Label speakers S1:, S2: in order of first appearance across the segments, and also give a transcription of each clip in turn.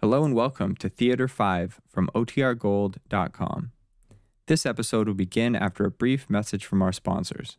S1: Hello and welcome to Theater 5 from OTRGold.com. This episode will begin after a brief message from our sponsors.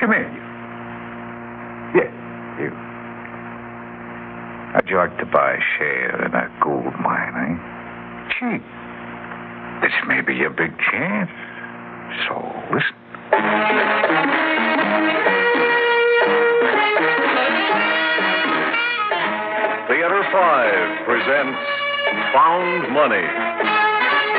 S2: Come here, you. Yes, you. How'd you like to buy a share in a gold mine, eh? Gee, this may be a big chance. So listen.
S3: Theater 5 presents Found Money.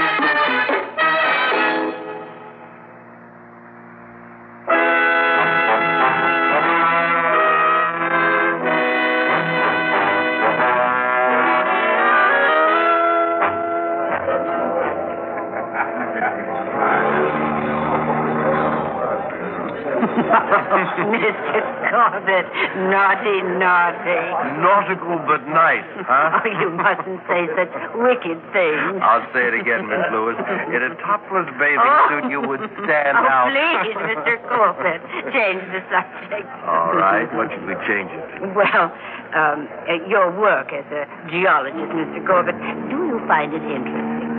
S4: Mr. Corbett, naughty, naughty.
S5: Nautical but nice, huh?
S4: Oh, you mustn't say such wicked things.
S5: I'll say it again, Miss Lewis. In a topless bathing
S4: Oh.
S5: suit, you would stand
S4: oh,
S5: out.
S4: please, Mr. Corbett, change the subject.
S5: All right, what should we change it to?
S4: Well, um, uh, your work as a geologist, Mr. Corbett, do you find it interesting?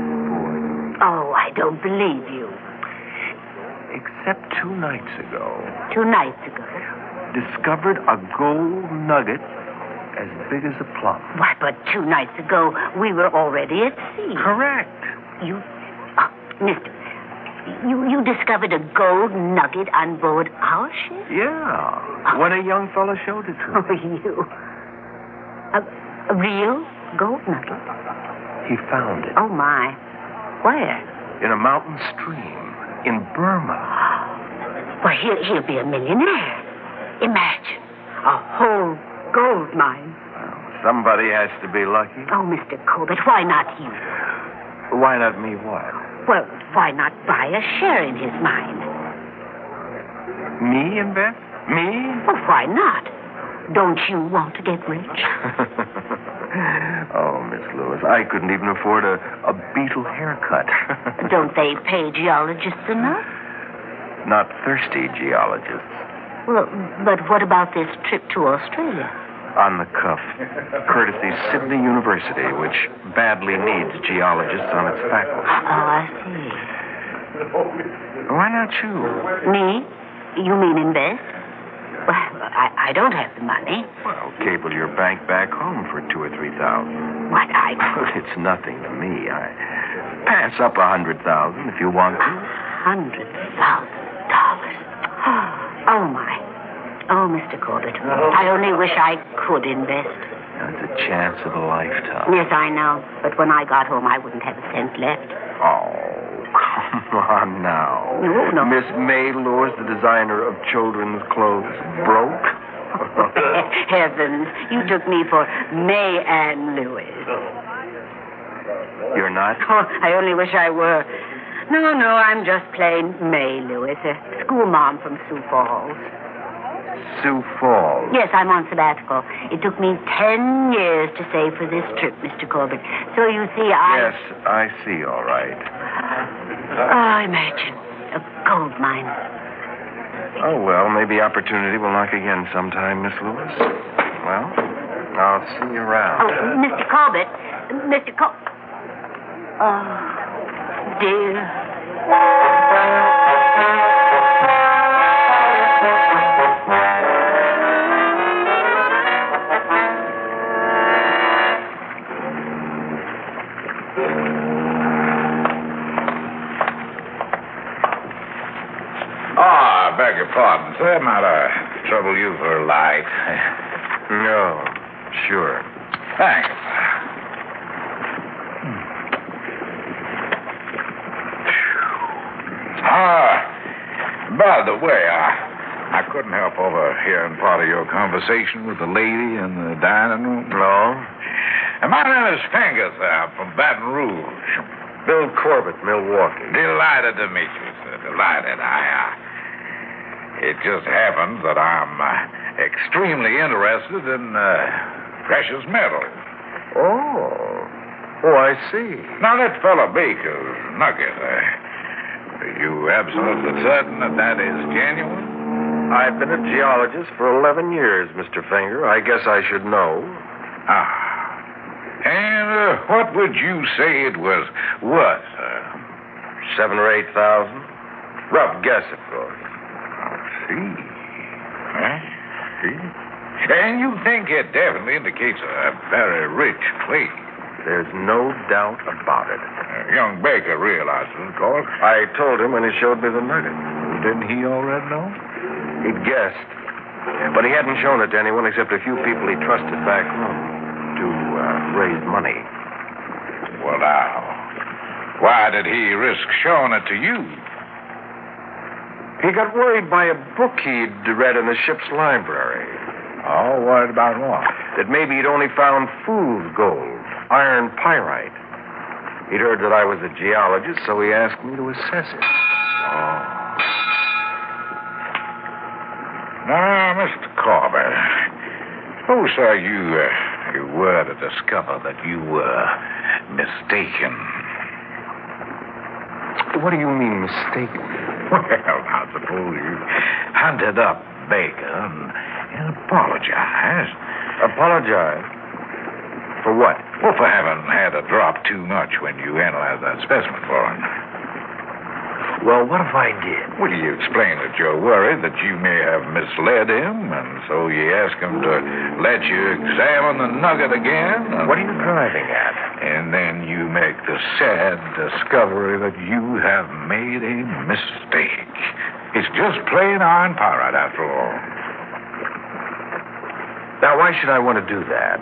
S4: Oh, I don't believe you.
S5: Except two nights ago,
S4: Two nights ago.
S5: discovered a gold nugget as big as a plum.
S4: Why, but two nights ago, we were already at sea.
S5: Correct.
S4: You, ah, Mister, you you discovered a gold nugget on board our ship.
S5: Yeah. When a young fellow showed it to
S4: Oh,
S5: me,
S4: you, a, a real gold nugget?
S5: he found it
S4: Oh my, where?
S5: in a mountain stream in Burma.
S4: Well, he'll he'll be a millionaire. Imagine a whole gold mine.
S5: Somebody has to be lucky.
S4: Oh, Mister Corbett, why not you?
S5: Why not me? Why?
S4: Well, why not buy a share in his mine?
S5: Me invest? Me?
S4: Well, why not? Don't you want to get rich?
S5: oh, Miss Lewis, I couldn't even afford a, a beetle haircut.
S4: Don't they pay geologists enough?
S5: Not thirsty geologists.
S4: Well, but what about this trip to Australia?
S5: On the cuff. Courtesy Sydney University, which badly needs geologists on its
S4: Oh,
S5: faculty.
S4: I see.
S5: Why not you?
S4: Me? You mean invest? Well, I, I don't have the money.
S5: Well, cable your bank back home for two or three thousand.
S4: What I
S5: Well, it's nothing to me. I pass up a hundred thousand if you want to.
S4: hundred thousand dollars. Oh my. Oh, Mr. Corbett. I only wish I could invest.
S5: That's a chance of a lifetime.
S4: Yes, I know. But when I got home, I wouldn't have a cent left.
S5: Oh, come on now.
S4: No, no.
S5: Miss May Lewis, the designer of children's clothes, broke?
S4: Heavens, you took me for May Ann Lewis.
S5: You're not?
S4: Oh, I only wish I were. No, no, I'm just plain May Lewis, a school mom from Sioux Falls.
S5: Sioux Falls.
S4: Yes, I'm on sabbatical. It took me ten years to save for this trip, Mr. Corbett. So you see, I.
S5: Yes, I see, all right.
S4: Oh, imagine. A gold mine.
S5: Oh, well, maybe opportunity will knock again sometime, Miss Lewis. Well, I'll see you
S4: Oh,
S5: around.
S4: Mr. Corbett. Mr. Cor. Oh, dear.
S5: Ah, I beg your pardon, sir. Not a trouble you for a light.
S6: No, sure.
S5: Thanks. Ah, by the way, I, I couldn't help overhearing part of your conversation with the lady in the dining room. No. My name is Fingers. I'm from Baton Rouge.
S6: Bill Corbett, Milwaukee.
S5: Delighted to meet you, sir. Delighted. I, uh, it just happens that I'm uh, extremely interested in uh, precious metals.
S6: Oh. Oh, I see.
S5: Now, that fellow Baker's nugget, uh, are you absolutely certain that that is genuine?
S6: I've been a geologist for 11 years, Mr. Finger. I guess I should know.
S5: Ah. And uh, what would you say it was worth, uh? sir?
S6: Seven or 8,000? Rough guess, of course.
S5: see. Huh? See? And you think it definitely indicates a very rich claim.
S6: There's no doubt about it.
S5: Uh, young Baker realizes, of course.
S6: I told him when he showed me the nugget.
S5: Didn't he already know?
S6: He guessed. But he hadn't shown it to anyone except a few people he trusted back home to uh, raise money.
S5: Well, now, why did he risk showing it to you?
S6: He got worried by a book he'd read in the ship's library
S5: Oh, what about what?
S6: that maybe he'd only found fool's gold, iron pyrite. He'd heard that I was a geologist, so he asked me to assess it.
S5: Oh. Now, Mr. Corbett, suppose, sir, you, uh, you were to discover that you were mistaken.
S6: What do you mean, mistaken?
S5: Well, now, suppose you hunted up Baker and, and apologized.
S6: Apologize. For what?
S5: Well, for having had a drop too much when you analyzed that specimen for him.
S6: Well, what if I did?
S5: Well, you explained that you're worried that you may have misled him, and so you ask him to let you examine the nugget again? and-
S6: What are you driving at?
S5: And then you make the sad discovery that you have made a mistake. It's just plain iron pyrite, after all.
S6: Now, why should I want to do that?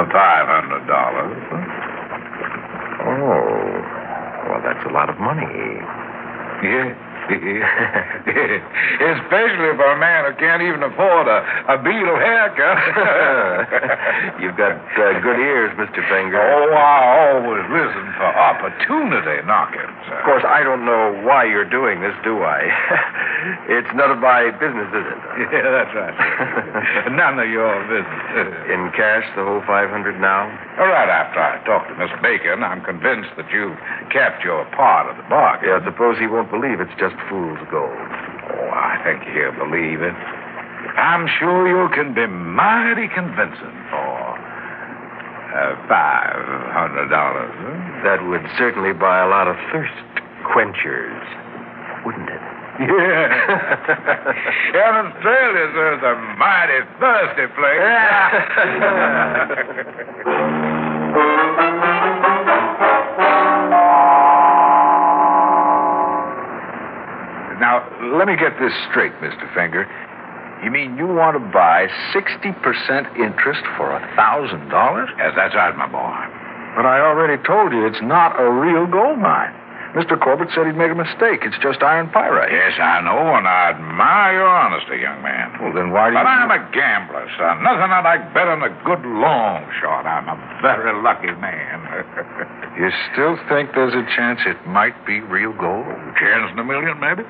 S5: Of five hundred dollars.
S6: Oh, well, that's a lot of money.
S5: Yeah. Especially for a man who can't even afford a, a beetle haircut.
S6: You've got uh, good ears, Mr. Finger.
S5: Oh, I always listen for opportunity knockings.
S6: Of course, I don't know why you're doing this, do I? it's none of my business, is it?
S5: Yeah, that's right. None of your business.
S6: In cash, the whole 500 now?
S5: All right, after I talk to Miss Baker, and I'm convinced that you've kept your part of the bargain.
S6: Yeah, suppose he won't believe it's just fool's gold.
S5: Oh, I think he'll believe it. I'm sure you can be mighty convincing
S6: Oh.
S5: for uh, five hundred dollars.
S6: That would certainly buy a lot of thirst quenchers, wouldn't it?
S5: Yeah. and Australia is a mighty thirsty place.
S6: Now, let me get this straight, Mr. Finger. You mean you want to buy 60% interest for a $1,000?
S5: yes, that's right, my boy.
S6: But I already told you it's not a real gold mine. Mr. Corbett said he'd made a mistake. It's just iron pyrite.
S5: Yes, I know, and I admire your honesty, young man.
S6: Well, then why do you...
S5: But I'm a gambler, son. Nothing I like better than a good long shot. I'm a very lucky man.
S6: You still think there's a chance it might be real gold?
S5: Chance in a million, maybe?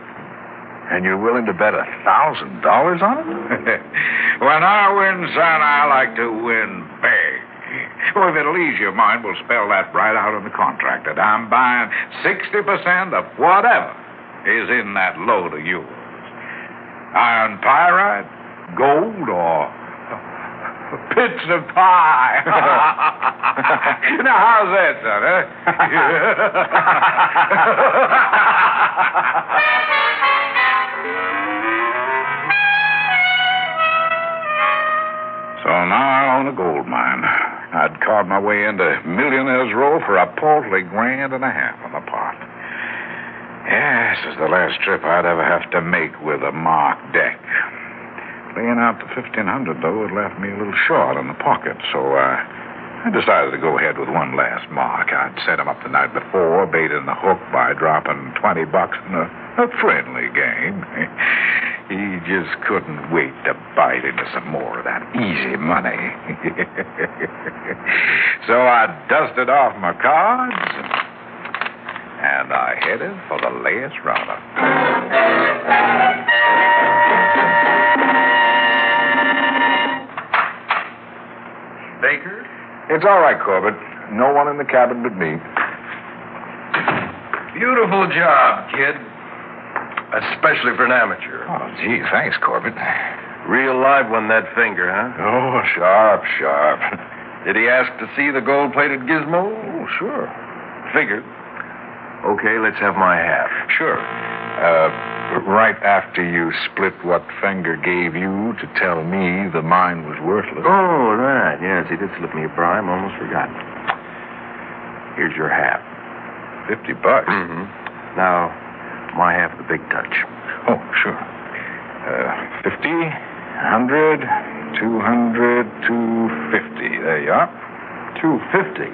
S6: And you're willing to bet a $1,000 on it?
S5: when I win, son, I like to win big. Well, if it'll ease your mind, we'll spell that right out in the contract that I'm buying 60% of whatever is in that load of yours. Iron pyrite, gold, or pits of pie. now, how's that, son, huh? So now I own a gold mine. I
S2: I'd carved my way into Millionaire's Row for a paltry grand and a half on the pot. Yes, this is the last trip I'd ever have to make with a marked deck. Laying out the 1500 though, it left me a little short in the pocket, so uh, I decided to go ahead with one last mark. I'd set him up the night before, baiting the hook by dropping 20 bucks in a, a friendly game. he just couldn't wait to bite into some more of that easy money. so I dusted off my cards, and I headed for the last roundup.
S3: Baker?
S5: It's all right, Corbett. No one in the cabin but me.
S3: Beautiful job, kid. Especially for an amateur.
S5: Oh, gee, thanks, Corbett.
S3: Real live one, that finger, huh?
S5: Oh, sharp, sharp.
S3: Did he ask to see the gold plated gizmo?
S5: Oh, sure.
S3: Figured. Okay, let's have my half.
S5: Sure. Uh, right after you split what Fenger gave you to tell me the mine was worthless.
S3: Oh, right. Yes, he did slip me a prime. Almost forgot. Here's your half.
S5: 50 bucks.
S3: Mm-hmm. Now, my half of the big touch.
S5: Oh, sure. Uh, 50, 100, 200, 250. There you are.
S3: 250.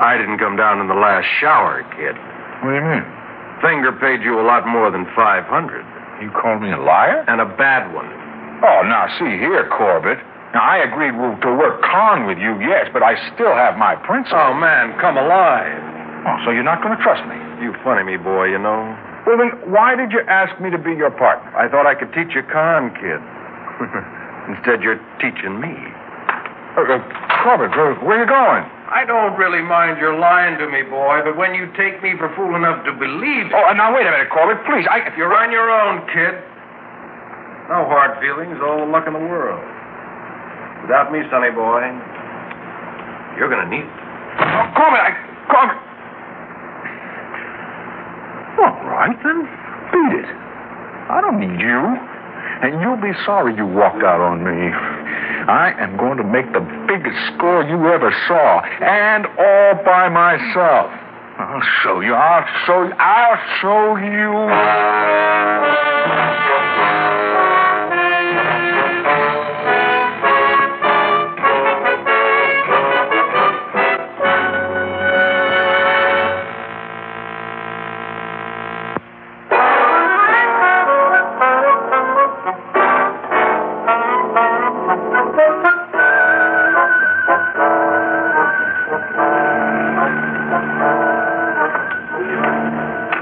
S3: I didn't come down in the last shower, kid.
S5: What do you mean?
S3: Finger paid you a lot more than 500.
S5: You call me a liar?
S3: And a bad one.
S5: Oh, now, see here, Corbett. Now, I agreed w- to work con with you, yes, but I still have my principles.
S3: Oh, man, come alive.
S5: Oh, so you're not going to trust me?
S3: You funny me, boy, you know.
S5: Well, then, why did you ask me to be your partner?
S3: I thought I could teach you con, kid. Instead, you're teaching me.
S5: Uh, uh, Corbett, where, where are you going?
S3: I don't really mind your lying to me, boy, but when you take me for fool enough to believe
S5: Oh, uh, now, wait a minute, Corbett, please. I...
S3: If you're on your own, kid, no hard feelings, all the luck in the world. Without me, sonny boy, you're going to need it.
S5: Oh, Corbett, I... Corbett... All right, then. Beat it. I don't need you. And you'll be sorry you walked out on me. I am going to make the biggest score you ever saw, and all by myself. I'll show you. I'll show you. I'll show you.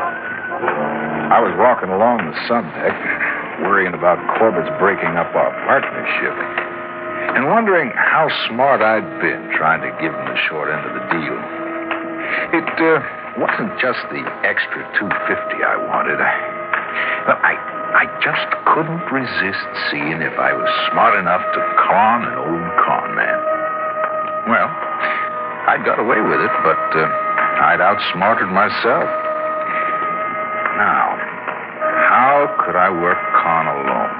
S5: I was walking along the sundeck, worrying about Corbett's breaking up our partnership, and wondering how smart I'd been trying to give him the short end of the deal. It uh, wasn't just the extra 250 I wanted. But I, I just couldn't resist seeing if I was smart enough to con an old con man. Well, I got away with it, but uh, I'd outsmarted myself. Now, how could I work con alone?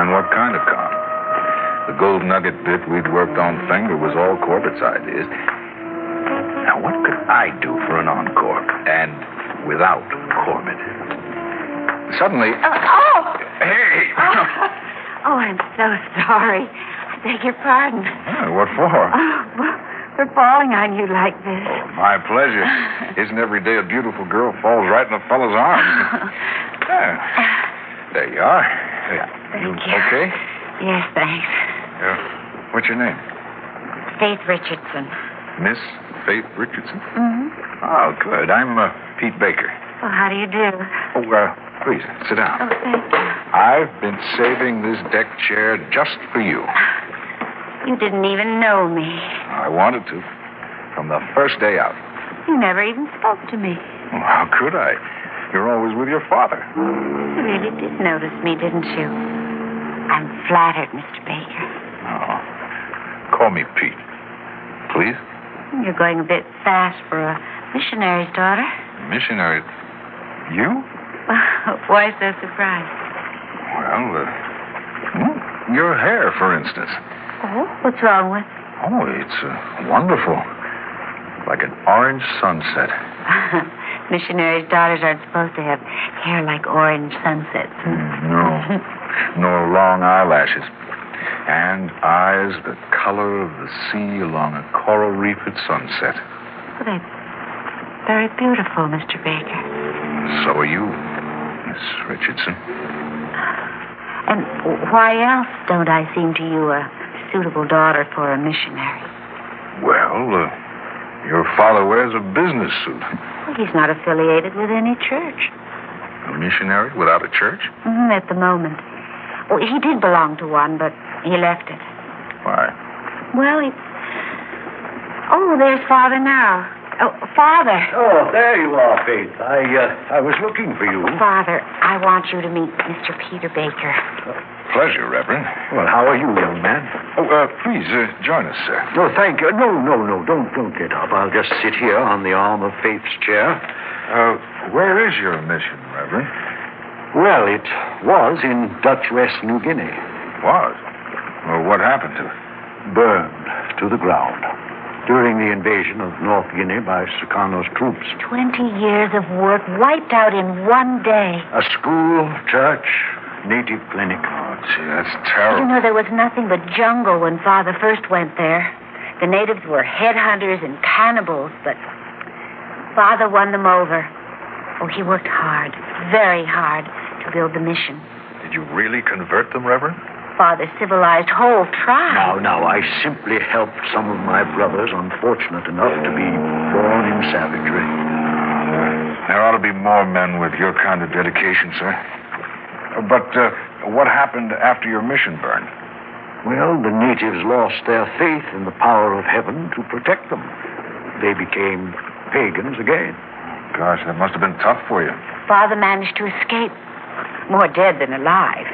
S5: And what kind of con? The gold nugget bit we'd worked on Finger was all Corbett's ideas. Now, what could I do for an encore? And without Corbett? Suddenly.
S4: Oh!
S5: Hey!
S4: Oh, I'm so sorry. I beg your pardon.
S5: Hey, what for?
S4: Oh, for falling on you like this.
S5: My pleasure. Isn't every day a beautiful girl falls right in a fellow's arms? Yeah. There you are.
S4: Thank
S5: You
S4: you.
S5: okay?
S4: Yes, thanks.
S5: Yeah. What's your name?
S4: Faith Richardson.
S5: Miss Faith Richardson? Mm-hmm. Oh, good. I'm uh, Pete Baker.
S4: Well, how do you do?
S5: Oh, uh, please, sit down.
S4: Oh, thank you.
S5: I've been saving this deck chair just for you.
S4: You didn't even know me.
S5: I wanted to. From the first day out.
S4: You never even spoke to me.
S5: Well, how could I? You're always with your father.
S4: You really did notice me, didn't you? I'm flattered, Mr. Baker.
S5: Oh. Call me Pete. Please?
S4: You're going a bit fast for a missionary's daughter.
S5: Missionary. You?
S4: Why so surprised?
S5: Well, uh, hmm, your hair, for instance.
S4: Oh, what's wrong with it?
S5: Oh, it's uh, wonderful. Like an orange sunset.
S4: Missionaries' daughters aren't supposed to have hair like orange sunsets.
S5: No, nor long eyelashes. And eyes the color of the sea along a coral reef at sunset.
S4: Well, they're very beautiful, Mr. Baker.
S5: So are you, Miss Richardson.
S4: And why else don't I seem to you a suitable daughter for a missionary?
S5: Well, uh, your father wears a business suit.
S4: Well, he's not affiliated with any church.
S5: A missionary without a church?
S4: Mm, at the moment. Well, he did belong to one, but he left it.
S5: Why?
S4: Well, he. Oh, there's Father now. Oh, Father.
S3: Oh, there you are, Faith. I, uh, I was looking for you.
S4: Father, I want you to meet Mr. Peter Baker.
S5: Pleasure, Reverend.
S3: Well, how are you, young man?
S5: Oh, uh, please uh, join us, sir.
S3: No, thank you. No, no, no. Don't, don't get up. I'll just sit here on the arm of Faith's chair.
S5: Uh, where is your mission, Reverend?
S3: Well, it was in Dutch West New Guinea,
S5: Was. Well, what happened to it?
S3: burned to the ground during the invasion of North Guinea by Sukarno's troops.
S4: Twenty years of work wiped out in one day.
S3: A school, church, native clinic.
S5: Oh, gee, that's
S4: You
S5: terrible.
S4: know, there was nothing but jungle when Father first went there. The natives were headhunters and cannibals, but Father won them over. Oh, he worked hard, very hard, to build the mission.
S5: Did you really convert them, Reverend?
S4: Father civilized whole
S3: Now,
S4: tribes.
S3: now, I simply helped some of my brothers unfortunate enough to be born in savagery.
S5: There ought to be more men with your kind of dedication, sir. Uh, But uh, what happened after your mission burned?
S3: Well, the natives lost their faith in the power of heaven to protect them. They became pagans again.
S5: Gosh, that must have been tough for you.
S4: Father managed to escape, more dead than alive.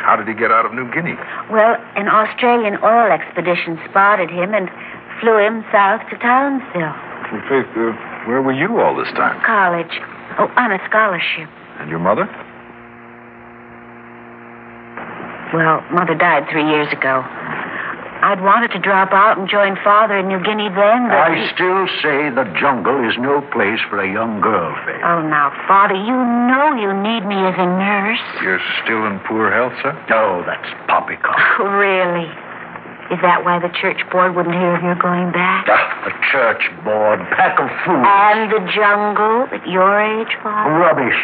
S5: How did he get out of New Guinea?
S4: Well, an Australian oil expedition spotted him and flew him south to Townsville
S5: Faith, uh, where were you all this time?
S4: College. Oh, on a scholarship.
S5: And your mother?
S4: Well, Mother died three years ago. I'd wanted to drop out and join Father in New Guinea then, but.
S3: I
S4: he-
S3: still say the jungle is no place for a young girl, Faith.
S4: Oh, now, Father, you know you need me as a nurse.
S5: You're still in poor health, sir?
S3: No, that's poppycock.
S4: Oh, really? Is that why the church board wouldn't hear of your going back?
S3: Ah, a church board, pack of fools.
S4: And the jungle at your age, Father?
S3: Rubbish.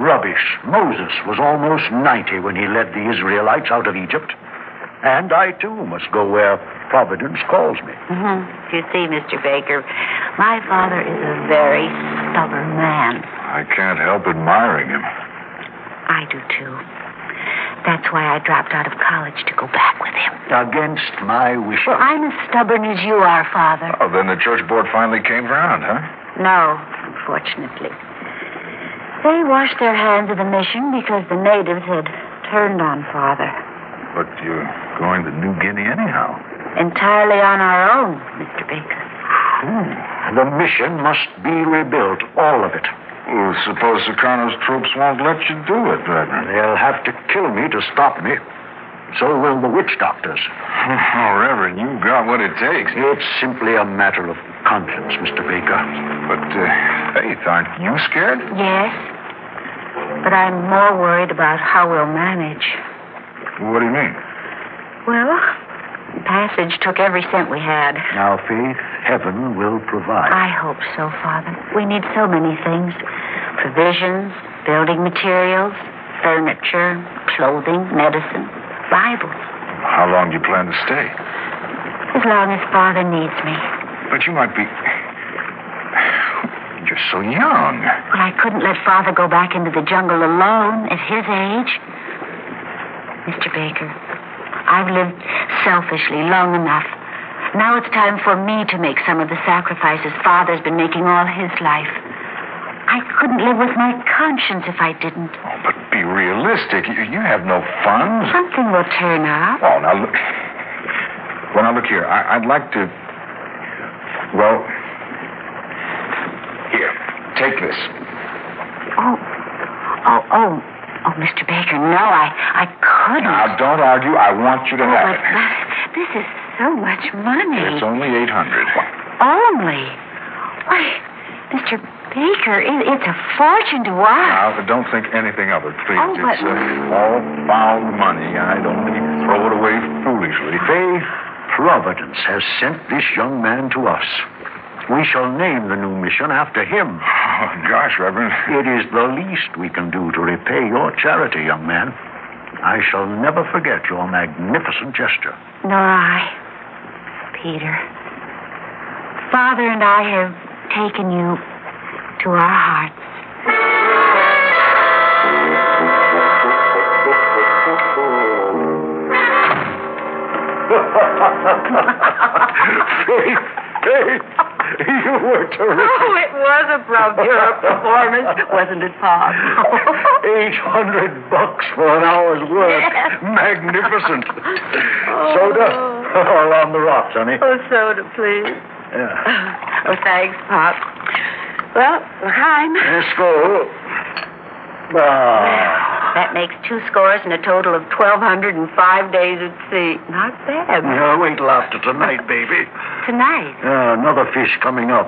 S3: Rubbish. Moses was almost 90 when he led the Israelites out of Egypt. And I, too, must go where Providence calls me.
S4: Mhm. you see, Mr. Baker, my father is a very stubborn man.
S5: I can't help admiring him.
S4: I do, too. That's why I dropped out of college to go back with him.
S3: Against my wishes.
S4: Well, I'm as stubborn as you are, Father.
S5: Oh, then the church board finally came round, huh?
S4: No, unfortunately. They washed their hands of the mission because the natives had turned on Father.
S5: But you're going to New Guinea anyhow.
S4: Entirely on our own, Mr. Baker.
S5: Hmm.
S3: Hmm. The mission must be rebuilt, all of it.
S5: Well, suppose Sukarno's troops won't let you do it, Reverend.
S3: They'll have to kill me to stop me. So will the witch doctors.
S5: Oh, Reverend, you've got what it takes.
S3: It's simply a matter of conscience, Mr. Baker.
S5: But, uh, Faith, aren't you scared?
S4: Yes. But I'm more worried about how we'll manage.
S5: What do you mean?
S4: Well, Passage took every cent we had.
S3: Now, Faith, heaven will provide.
S4: I hope so, Father. We need so many things provisions, building materials, furniture, clothing, medicine, Bibles.
S5: How long do you plan to stay?
S4: As long as Father needs me.
S5: But you might be. You're so young.
S4: Well, I couldn't let Father go back into the jungle alone at his age. Mr. Baker, I've lived selfishly long enough. Now it's time for me to make some of the sacrifices Father's been making all his life. I couldn't live with my conscience if I didn't.
S5: Oh, but be realistic. You, you have no funds.
S4: Something will turn up.
S5: Oh, now look. Well, now look here. I, I'd like to. Well, here, take this.
S4: Oh, oh, oh, oh, Mr. Baker, no, I, I couldn't.
S5: Ah, Now, don't argue. I want you to
S4: Oh,
S5: have
S4: but
S5: it.
S4: that, This is so much money.
S7: It's only 800.
S4: Only. Why, Mr. Baker, it, it's a fortune to us.
S7: Now, don't think anything of it, please.
S4: Oh, but-
S7: It's uh, all found money. I don't mean to throw it away foolishly.
S5: Faith, Providence has sent this young man to us. We shall name the new mission after him.
S7: Oh, gosh, Reverend.
S5: It is the least we can do to repay your charity, young man. I shall never forget your magnificent gesture.
S4: Nor I, Peter. Father and I have taken you to our hearts.
S5: Faith, Faith, you were terrific.
S4: Oh, it was a bravura performance, wasn't it, Pop?
S5: 800 bucks for an hour's work.
S4: Yes.
S5: Magnificent. Soda or on the rocks, honey.
S4: oh, soda, please.
S5: Yeah.
S4: Oh, thanks, Pop. Well, Laheim.
S5: Let's go. Ah.
S4: That makes two scores and a total of 1,205 days at sea. Not bad.
S5: Yeah, wait till after tonight, baby.
S4: Tonight.
S5: Yeah, another fish coming up.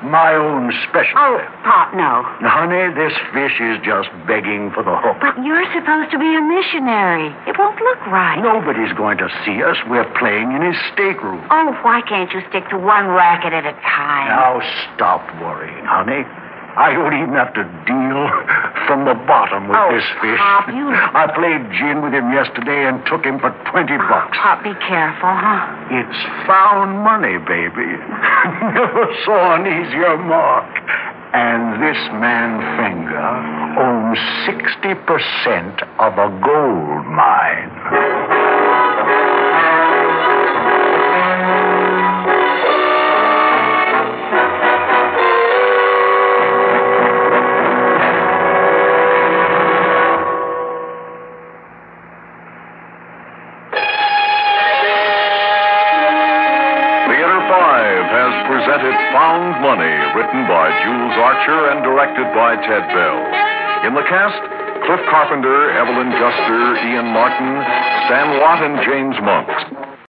S5: My own special.
S4: Oh, Pop, no.
S5: Honey, this fish is just begging for the hook.
S4: But you're supposed to be a missionary. It won't look right.
S5: Nobody's going to see us. We're playing in his stateroom.
S4: Oh, why can't you stick to one racket at a time?
S5: Now stop worrying, honey. I don't even have to deal from the bottom with
S4: Oh,
S5: this fish.
S4: Pop, you-
S5: I played gin with him yesterday and took him for 20 bucks.
S4: Pop, Oh, be careful, huh?
S5: It's found money, baby. Never saw an easier mark. And this man Finger owns 60% of a gold mine.
S7: Theater 5 has presented Found Money, written by Jules Archer and directed by Ted Bell. In the cast, Cliff Carpenter, Evelyn Juster, Ian Martin, Stan Watt, and James Monks.